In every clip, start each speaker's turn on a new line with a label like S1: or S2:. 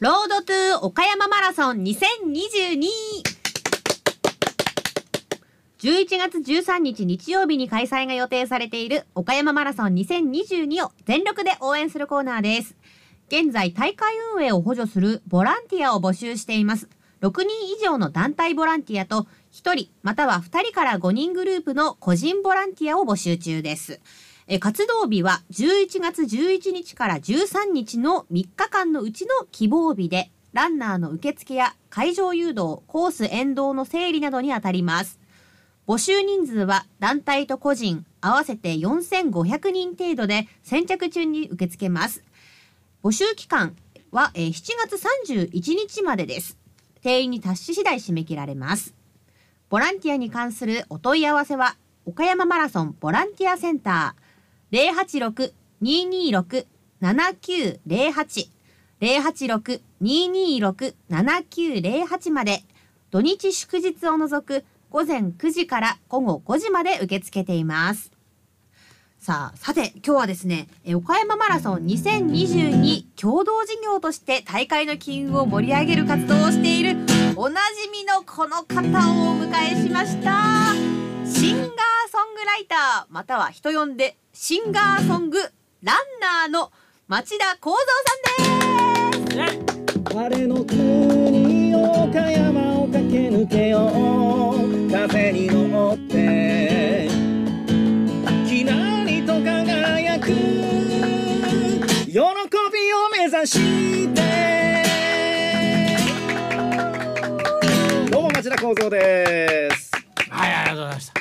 S1: ロードトゥー岡山マラソン2022 11月13日日曜日に開催が予定されている岡山マラソン2022を全力で応援するコーナーです。現在大会運営を補助するボランティアを募集しています。6人以上の団体ボランティアと1人または2人から5人グループの個人ボランティアを募集中です。えー活動日は11月11日から13日の3日間のうちの希望日で、ランナーの受付や会場誘導、コース沿道の整理などにあたります。募集人数は団体と個人合わせて4500人程度で先着順に受け付けます。募集期間はえー7月31日までです。定員に達し次第締め切られます。ボランティアに関するお問い合わせは、岡山マラソンボランティアセンター086-226-7908 086-226-7908まで土日祝日を除く午前9時から午後5時まで受け付けています。さあ、さて、今日はですね、えー岡山マラソン2022共同事業として大会の機運を盛り上げる活動をしている、おなじみのこの方をお迎えしました。シンガーソングライター、または人呼んで、シンガーソングランナーの町田幸三さんです。
S2: 晴れの国岡山を駆け抜けよう風に乗ってきらりと輝く喜びを目指してどうも町田光三です
S3: はい、ありがとうございました。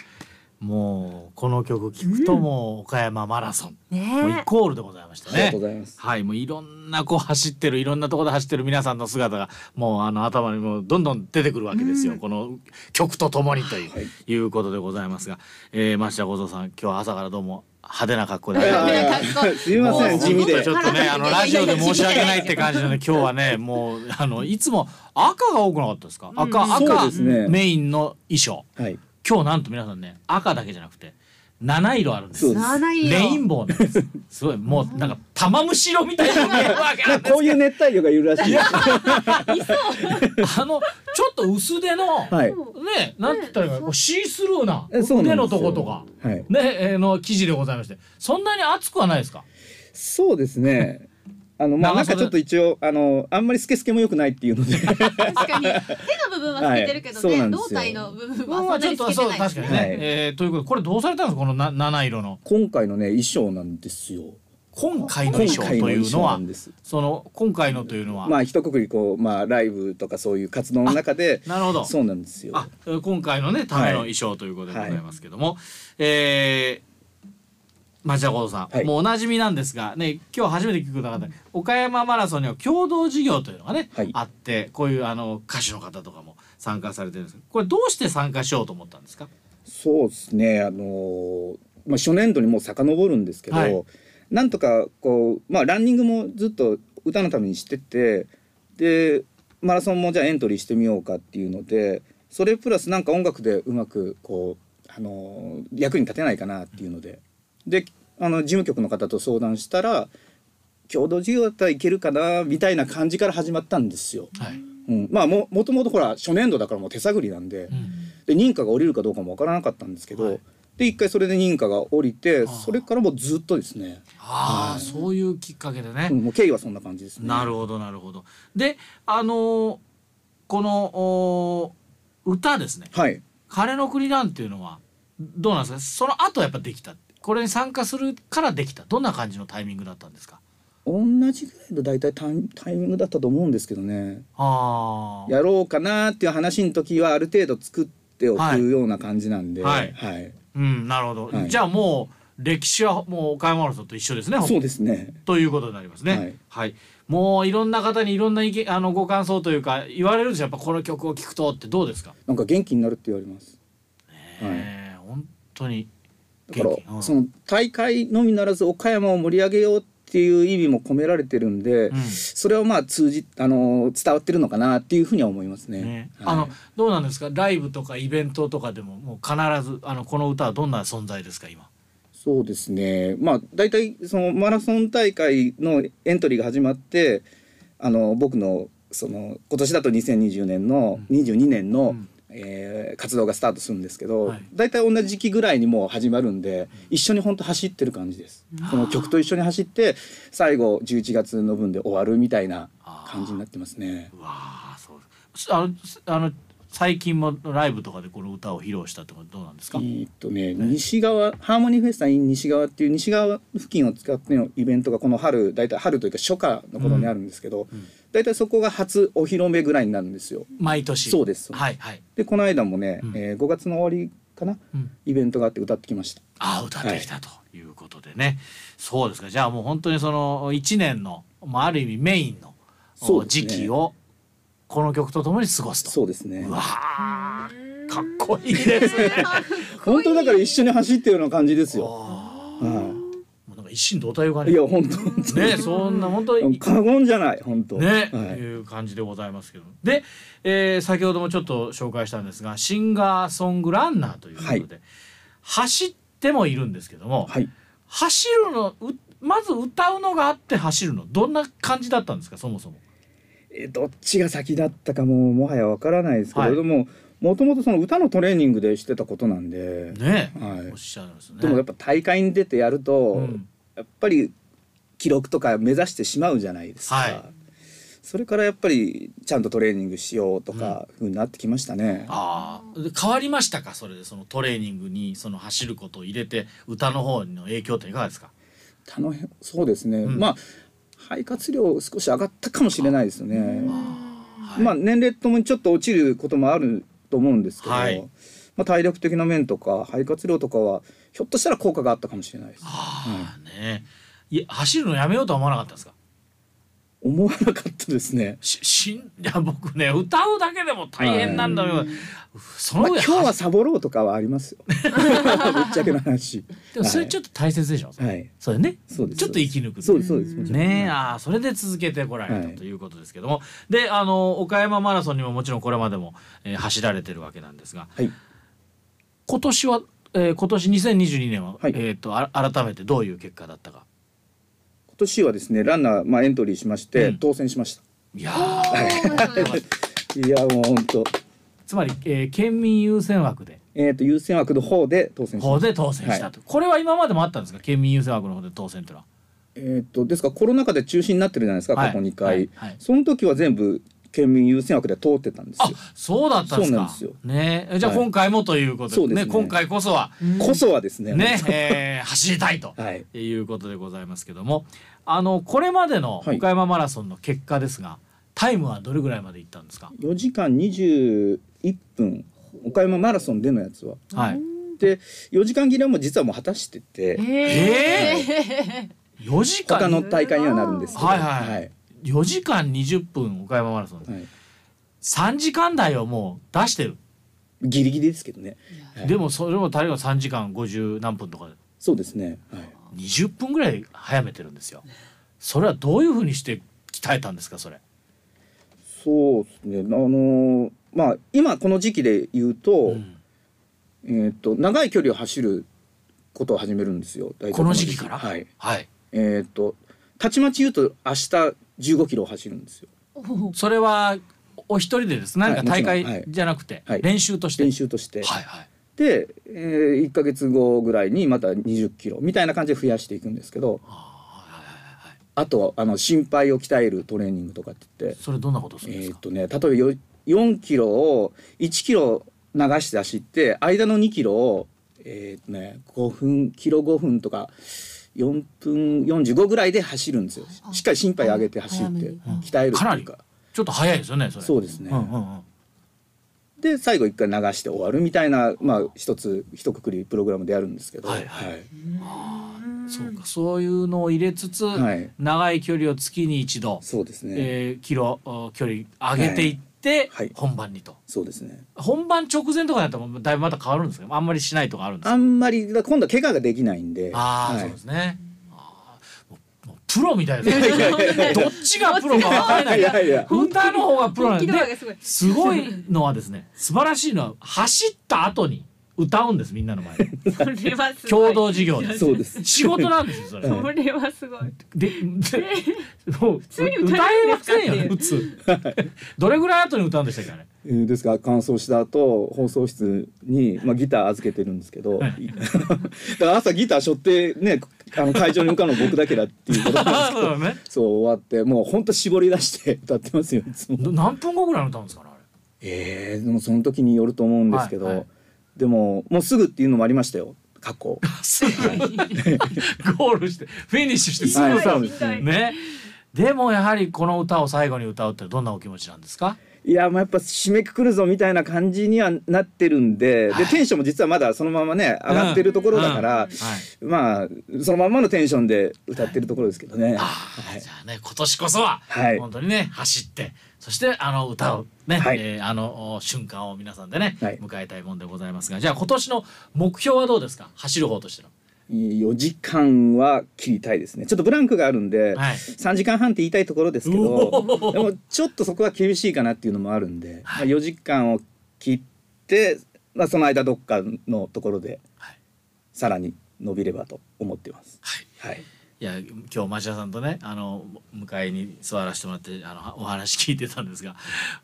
S3: もうこの曲聞くともう岡山マラソン、もうイ
S1: ねえ。
S3: コールでございました
S2: あり
S3: ね
S2: がとう。ございます
S3: はい、もういろんなこう走ってるいろんなところで走ってる皆さんの姿がもうあの頭にもどんどん出てくるわけですよ、この曲とともにという,、い、うことでございますが、えー、町田小僧さん今日は朝からどうも派手な格好で。
S2: やいや
S1: かっこ
S2: すいません
S3: もう
S2: 地味で
S3: ちょっとねあのラジオで申し訳ないって感じなので今日は ねもうあのいつも赤が多くなかったですか赤、
S1: うん
S2: そう
S3: 赤
S2: ですね
S3: メインの衣装
S2: はい
S3: 今日なんと皆さんね赤だけじゃなくて七色あるんです
S2: そうです
S1: ならないよ。
S3: レインボーなんですすごいもうなんか玉むしろみたいなわけな
S2: なん
S3: ん
S2: か
S3: です
S2: こういう熱帯魚がいるらしいです
S3: あのちょっと薄手の、
S2: はい
S3: ねなんて言ったらいいのかなシースルーな
S2: えそうなんですよ
S3: 腕のとことか
S2: はい
S3: ねえーの生地でございましてそんなに厚くはないですか
S2: そうです ねあのまあなん
S3: 長袖
S2: かちょっと一応あのあんまりスケスケも良くないっていうの で
S4: 確かに手の部分は透けてるけど
S2: はいそ
S4: ね、
S2: うなんですよ
S4: 胴体の部分は
S3: ま
S4: そ
S3: あ
S4: ん
S3: ちょ
S4: な
S3: っ
S4: に透
S3: と
S4: け
S3: そう
S4: てない
S3: 確かにね、
S2: はい
S3: えーということでこれどうされたんですかこのな七色の
S2: 今回のね衣装なんですよ。
S3: 今回の衣装とい
S2: 今回
S3: うの
S2: の衣装な
S3: は
S2: んです
S3: その今回のというのは、
S2: まあ一括りこうまあライブとかそういう活動の中で
S3: なるほど
S2: そうなんですよ。
S3: あえー今回のねための衣装ということでございますけども、えー町田幸三さん、
S2: はい
S3: もうおなじみなんですがね今日初めて聞く方々に岡山マラソンには共同事業というのがね、
S2: はい
S3: あってこういうあの歌手の方とかも参加されてるんですけどこれどうして参加しようと思ったんですか
S2: そうですねあのーまあ初年度にもう遡るんですけど、
S3: はい
S2: なんとかこうまあランニングもずっと歌のためにしててでマラソンもじゃあエントリーしてみようかっていうのでそれプラスなんか音楽でうまくこうあのー役に立てないかなっていうのでであの事務局の方と相談したら共同事業だったらいけるかなみたいな感じから始まったんですよ。
S3: はい、
S2: うん、まあももともとほら初年度だからもう手探りなんで,、で認可が下りるかどうかもわからなかったんですけど、
S3: はい
S2: で一回それで認可が下りて
S3: ああ
S2: それからもうずっとですね、
S3: ああそういうきっかけでね、
S2: うん、もう経緯はそんな感じですね。
S3: なるほどなるほどであのーこのおー歌ですね
S2: はい
S3: 「彼の国なん」ていうのはどうなんですかその後やっぱできたこれに参加するからできたどんな感じのタイミングだったんですか
S2: 同じぐらいの大体タイタイミングだったと思うんですけどね
S3: あー
S2: やろうかなっていう話の時はある程度作ってお
S3: はい
S2: くような感じなんで、
S3: はい
S2: はい
S3: うんなるほど、
S2: はい
S3: じゃあもう歴史はもう岡山マラソンと一緒ですねほぼ
S2: そうですね
S3: ということになりますね。は
S2: はいい、
S3: もういろんな方にいろんな意見あのご感想というか言われるんですよ。やっぱこの曲を聴くとってどうですか。
S2: なんか元気になるって言われます。
S3: えー本当に
S2: だから
S3: 元気。うん
S2: その大会のみならず岡山を盛り上げようっていう意味も込められてるんで、
S3: うん
S2: それはまあ通じあの伝わってるのかなっていうふうには思いますね。
S3: ね、
S2: はい
S3: あのどうなんですかライブとかイベントとかでももう必ずあのこの歌はどんな存在ですか今
S2: そうですね。まあ大体そのマラソン大会のエントリーが始まって。あの僕のその今年だと2020年の、22年の、
S3: うん
S2: えー活動がスタートするんですけ
S3: は
S2: ど
S3: い
S2: 大体、い、同じ時期ぐらいにもう始まるんで一緒に本当走ってる感じです、この曲と一緒に走って最後11月の分で終わるみたいな感じになってますね。
S3: うわあそうすあのすあの最近もライブとかでこの歌を披露したってことどうなんです
S2: え
S3: か、
S2: ーっとね、西側ハーモニーフェスタ in 西側っていう西側付近を使ってのイベントがこの春大体春というか初夏の頃にあるんですけど、大体そこが初お披露目ぐらいになるんですよ。
S3: 毎年
S2: そうですそうです
S3: はいはい、
S2: でこの間もね、
S3: うん
S2: えー5月の終わりかな
S3: うん、
S2: イベントがあって歌ってきました。
S3: あ歌ってきたということでね、そうですかじゃあもう本当にその1年の、まあ、ある意味メインの
S2: そうですね
S3: 時期をこの曲とともに過ごすと
S2: そうですね
S3: うわあかっこいいですね
S2: 本当だから一緒に走ってるような感じですよ。
S3: あ
S2: う
S3: ー
S2: ん
S3: もうなんか一心同体が
S2: い
S3: ね
S2: や 本当本
S3: ねそんな本当
S2: 当
S3: に
S2: 過言じゃない本当。
S3: ね、、
S2: はいい。
S3: う感じでございますけどで、えー先ほどもちょっと紹介したんですがシンガーソングランナーということで、
S2: はい
S3: 走ってもいるんですけども、
S2: はい。
S3: 走るのうまず歌うのがあって走るのどんな感じだったんですかそもそも。
S2: えーどっちが先だったかももはやわからないですけ
S3: はい
S2: れども、もともとその歌のトレーニングでしてたことなんで。
S3: ね、
S2: はい
S3: おっしゃるんですね。
S2: でもやっぱ大会に出てやると、
S3: うん
S2: やっぱり記録とか目指してしまうじゃないですか、
S3: はい
S2: それからやっぱりちゃんとトレーニングしようとかふうになってきましたね、
S3: ああで変わりましたかそれでそのトレーニングにその走ることを入れて歌の方の影響っていかがですか
S2: たのへそうですね、
S3: うん
S2: まあ肺活量少し上がったかもしれないですね、
S3: はい
S2: まあ年齢ともにちょっと落ちることもあると思うんですけど、
S3: はい
S2: まあ、体力的な面とか肺活量とかはひょっとしたら効果があったかもしれないです
S3: あーねいや走るのやめようとは思わなかったんですか
S2: 思わなかったですね
S3: し しんいや僕ね歌うだけでも大変なんだよ、そ
S2: ま
S3: の
S2: あ、
S3: 上
S2: 今日はサボろうとかはあり ますよ。ぶっちゃけの話。
S3: でもそれちょっと大切でしょ、
S2: はいはい
S3: それね
S2: そうです
S3: ちょっと息抜く
S2: そうですそうです。もちろん
S3: ねえあーそれで続けてこられた
S2: はい
S3: ということですけども、であの岡山マラソンにももちろんこれまでも、えー走られてるわけなんですが
S2: はい。
S3: 今年は、えー今年2022年は、
S2: はい
S3: えー、とあ改めてどういう結果だったか
S2: 今年はですね、ランナーまあエントリーしまして、
S3: うん
S2: 当選しまし
S3: いやー
S2: た。いやもう本当。
S3: つまり、えー県民優先枠で
S2: えっ、と優先枠の方で当選し
S3: 方
S2: ました。
S3: で当選したと、これは今までもあったんですか県民優先枠の方で当選というのは。
S2: えっ、とですからコロナ禍で中止になってるじゃないですか。
S3: はい
S2: 過去2回、
S3: はいはい
S2: その時は全部県民優先枠で通ってたんです
S3: あ
S2: よ。
S3: そうだったんです
S2: そうな
S3: か
S2: んですよ
S3: ねえじゃあ
S2: はい
S3: 今回もということで,、
S2: そうです
S3: ね
S2: ね
S3: 今回こそは
S2: こそはですね。
S3: ね、えー走りたいと、
S2: はい。
S3: い、うことでございますけどもあのこれまでの
S2: はい
S3: 岡山マラソンの結果ですが、タイムはどれぐらいまでいったんですか、
S2: 4時間21分。岡山マラソンでのやつは。
S3: はい、
S2: で4時間切れも実はもう果たしてて。
S3: えー、4時間
S2: 他の大会にはなるんですけど、
S3: はいはい、4時間20分岡山マラソン、
S2: はい
S3: 3時間台をもう出してる、
S2: ギリギリですけどね。はい
S3: でもそれも大量3時間50何分とかで
S2: そうですね。はい。
S3: 20分ぐらい早めてるんですよそれはどういうふうにして鍛えたんですかそれ
S2: そうですね。あのーまあ今この時期で言うと、
S3: ん
S2: えーっと長い距離を走ることを始めるんですよ。大体
S3: この時期から
S2: はい。
S3: はい
S2: えーっとたちまち言うと明日15キロを走るんですよ。
S3: それはおお一人でです
S2: はい
S3: 何か大
S2: もちろんは
S3: 会
S2: い
S3: じゃなくて
S2: はい
S3: 練習として、は
S2: 練
S3: い、
S2: 習として。
S3: はい
S2: で、え1ヶ月後ぐらいにまた20キロみたいな感じで増やしていくんですけど、あとはあの心肺を鍛えるトレーニングとかって言って。
S3: それどんなことす
S2: え
S3: るんです
S2: ーっ
S3: か、
S2: とね、例えばよ4キロを1キロ流して走って間の2キロをえーっとね5分キロ5分とか4分45ぐらいで走るんですよしっかり心肺上げて走っ
S1: 早め
S2: て
S1: に
S2: 鍛えるって
S3: かな
S2: いう
S3: り
S2: か
S3: ちょっと早いですよねそれ
S2: そううですね、
S3: んうんうん
S2: で最後1回流して終わるみたいなまあ一つ一括りプログラムでやるんですけど、
S3: はいはいそうかそういうのを入れつつ、
S2: はい
S3: 長い距離を月に一度、
S2: そうですね、
S3: えーキロお距離上げていって、
S2: はい
S3: 本番にと
S2: そうですね
S3: 本番直前とかだったらもうだいぶまた変わるんですけどあんまりしないとかあるんです
S2: あ
S3: か
S2: んまり今度は怪我ができないんで
S3: ああ、
S2: はい
S3: そうですねあーもうもうプロみたいですねどっちがプロか分からない
S2: いやいや
S3: 歌の方がプロなん
S4: 本気度合
S3: で
S4: いがすごい
S3: すごいのはですね素晴らしいのは走った後に歌うんですみんなの前 で
S4: それはすごい
S3: 共同事業です
S2: そうです
S3: 仕事なんですよそれ
S2: はい
S4: それはすごい
S3: ででもう
S4: 通に
S3: 歌
S4: 歌
S3: え
S4: え
S3: ま
S4: ま
S3: せ
S4: せ
S3: ん
S4: ん
S3: よ
S4: よ
S3: ね普通どれぐらい後に歌うんでしたっけあれ
S2: えーですが乾燥した後放送室に、まあ、ギター預けてるんですけど だから朝ギター背負ってねあの会場に向かうの僕だけだっていうことなんですけ
S3: そう
S2: ど
S3: だね
S2: そう終わってもうほんと絞り出して歌ってますよいつも。
S3: ど何分後ぐらいに歌うんですかねあれ
S2: えー、でもその時によると思うんですけど、
S3: はいはい
S2: でももうすぐっていうのもありましたよ過去
S3: すぐ ゴールしてフィニッシュしてすぐ歌う
S2: そ
S3: ん
S2: う
S3: で
S2: ですす
S4: は
S2: ね
S4: い
S3: ねでもやはりこの歌を最後に歌うってどんなお気持ちなんですか
S2: いやまあやっぱ締めくくるぞみたいな感じにはなってるんで,、
S3: はい
S2: でテンションも実はまだそのままね上がってるところだから、
S3: はい
S2: まあそのまんまのテンションで歌ってるところですけどね。
S3: あー
S2: はい
S3: じゃあね今年こそは、
S2: はい
S3: 本当にね走ってそしてあの歌をね、
S2: はい
S3: えーあのお瞬間を皆さんでね、
S2: はい
S3: 迎えたいもんでございますがじゃあ今年の目標はどうですか走る方としての。
S2: 4時間は切りたいですねちょっとブランクがあるんで、
S3: はい
S2: 3時間半って言いたいところですけ
S3: う
S2: どでもちょっとそこは厳しいかなっていうのもあるんで、まあ、4時間を切って、まあ、その間どっかのところで
S3: はい
S2: さらに伸びればと思ってます。
S3: はい
S2: はい、
S3: いや今日町田さんとねあの迎えに座らせてもらってあのお話聞いてたんですが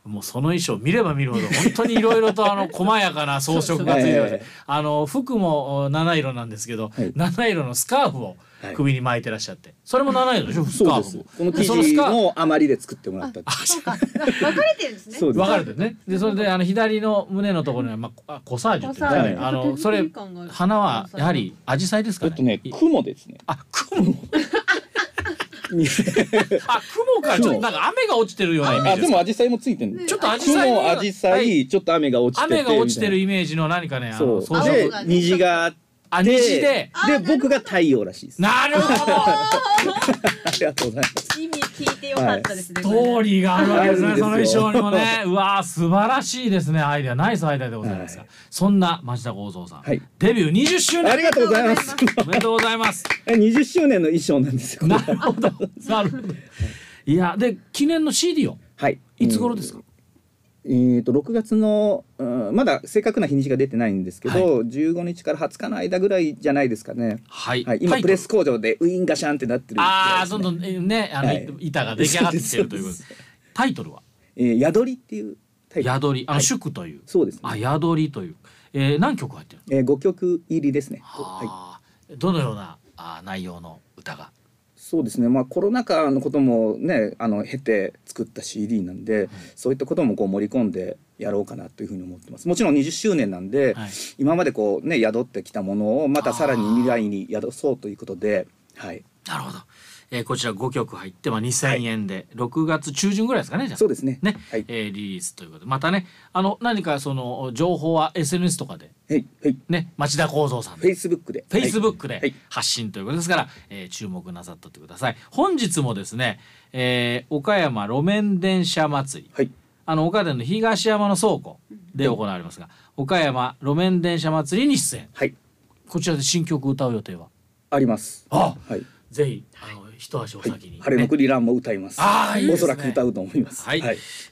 S3: もうその衣装見れば見るほど本当にいろいろとあの細やかな装飾がついてま
S2: そうそう
S3: し
S2: ええ
S3: あの服もお七色なんですけど、
S2: はい
S3: 七色のスカーフを
S2: はい
S3: 首に巻いてらっしゃってそれも七色でしょス
S2: そう
S3: カー
S2: で
S3: フ
S2: す
S3: も。
S2: この
S3: で
S2: 記
S3: そのス
S2: 事
S3: カーフ
S2: の余りで作ってもらったって
S4: そうか分かれてるんですね
S2: そうです
S3: 分かれてるねでそれであの左の胸のところには、まあコ、あコサージュっていうんですかね
S2: コサ
S3: あのそれ花はやはり紫陽花ですか
S2: え
S3: ね
S2: っとね
S3: い
S2: 雲です ね
S3: あ雲あ雲からちょっとなんか雨が落ちてるようなイメー
S2: あ
S3: ジ
S2: ですも紫陽花もついてる
S3: ちょっと紫陽花
S2: 雲紫陽花
S3: はい
S2: ちょっと雨が落ちてて
S3: 雨が落ちてる
S2: み
S3: イメージの何かね
S2: たい
S3: あの
S2: な
S3: 装
S2: そう
S3: 飾
S2: で
S4: 青がね
S2: 虹があって
S3: あ虹で
S4: あ
S2: で
S4: なるほど
S2: 僕が太陽らしいです。あ
S3: なるほど
S2: りがとうございます。
S4: 意味聞いてよかったですね
S3: ストーリーがあるわけですね
S2: あるん
S3: そ
S2: ですよ
S3: の衣装にもねうわー素晴らしいですねアイデアナイスアイデアでございますが、
S2: はい
S3: そんな町田剛三さん、
S2: はい
S3: デビュー20周
S2: あ
S3: 年
S2: りがとうございます。
S3: おめでとうございます
S2: え20周年の衣装なんですよ。
S3: なるほど。なるほど。いや、で、記念の CD を。
S2: はい。
S3: いつ頃ですか。
S2: えーと6月の、うんまだ正確な日にちが出てないんですけど、15日から20日の間ぐらいじゃないですかね。
S3: はい
S2: はい、今プレス
S3: コ。
S2: 工場でウィーンガシャンってなってる、
S3: ああ、どんどんえね、あの、
S2: はい
S3: 板が出来上がってきてるということ
S2: そう
S3: タイトルは。
S2: えー、宿りっていうタイトル。
S3: 宿り、あの、
S2: はい
S3: 宿という。
S2: そうです
S3: あ、
S2: ね。
S3: 宿りという。えー、何曲入ってるの。
S2: えー、5曲入りですね。はい。
S3: はあ、どのような、あー、内容の歌が。
S2: そうですね。まあコロナ禍のこともね、あの経て作った CD なんで、そういったこともこう盛り込んでやろうかなというふうに思ってます。もちろん20周年なんで、
S3: はい。
S2: 今までこうね宿ってきたものをまたさらに未来に宿そうということで、はい、
S3: なるほど。えー、こちら5曲入って、まあ、2,000円で、6月中旬ぐらいですかねじゃあ
S2: そうですね。
S3: ね、
S2: はい、
S3: えーリリースということでまたねあの何かその情報は SNS とかで
S2: はい、はい、
S3: ね町田幸三さんで
S2: フェイスブックで、
S3: フェイスブックで
S2: はい
S3: 発信ということですから、えー注目なさっとってください。本日もですね、えー岡山路面電車祭り、
S2: はい、
S3: あの岡山の東山の倉庫で行われますが、岡山路面電車祭りに出演。
S2: はい、
S3: こちらで新曲歌う予定は、
S2: あります。
S3: あ
S2: はい、
S3: ぜひあの一足お先に、ね
S2: 晴れの国ランも歌います。
S3: あーいいで
S2: お
S3: す
S2: そ
S3: ね
S2: らく歌うと思います。
S3: はい、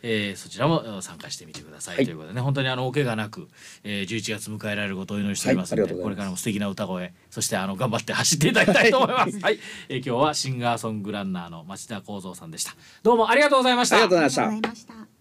S3: えーそちらもえー参加してみてください、
S2: はい
S3: ということでね本当にあのお怪我なく、えー、11月迎えられることをお祈りしておりますので、
S2: はいありがとうございます
S3: これからも素敵な歌声そしてあの頑張って走っていただきたいと思います、はいえー今日はシンガーソングランナーの町田幸三さんでしたどうもありがとうございまし
S2: あり
S3: た
S2: がとうござい
S1: あ
S2: ま
S1: りがとう
S2: した
S1: ござい。ました。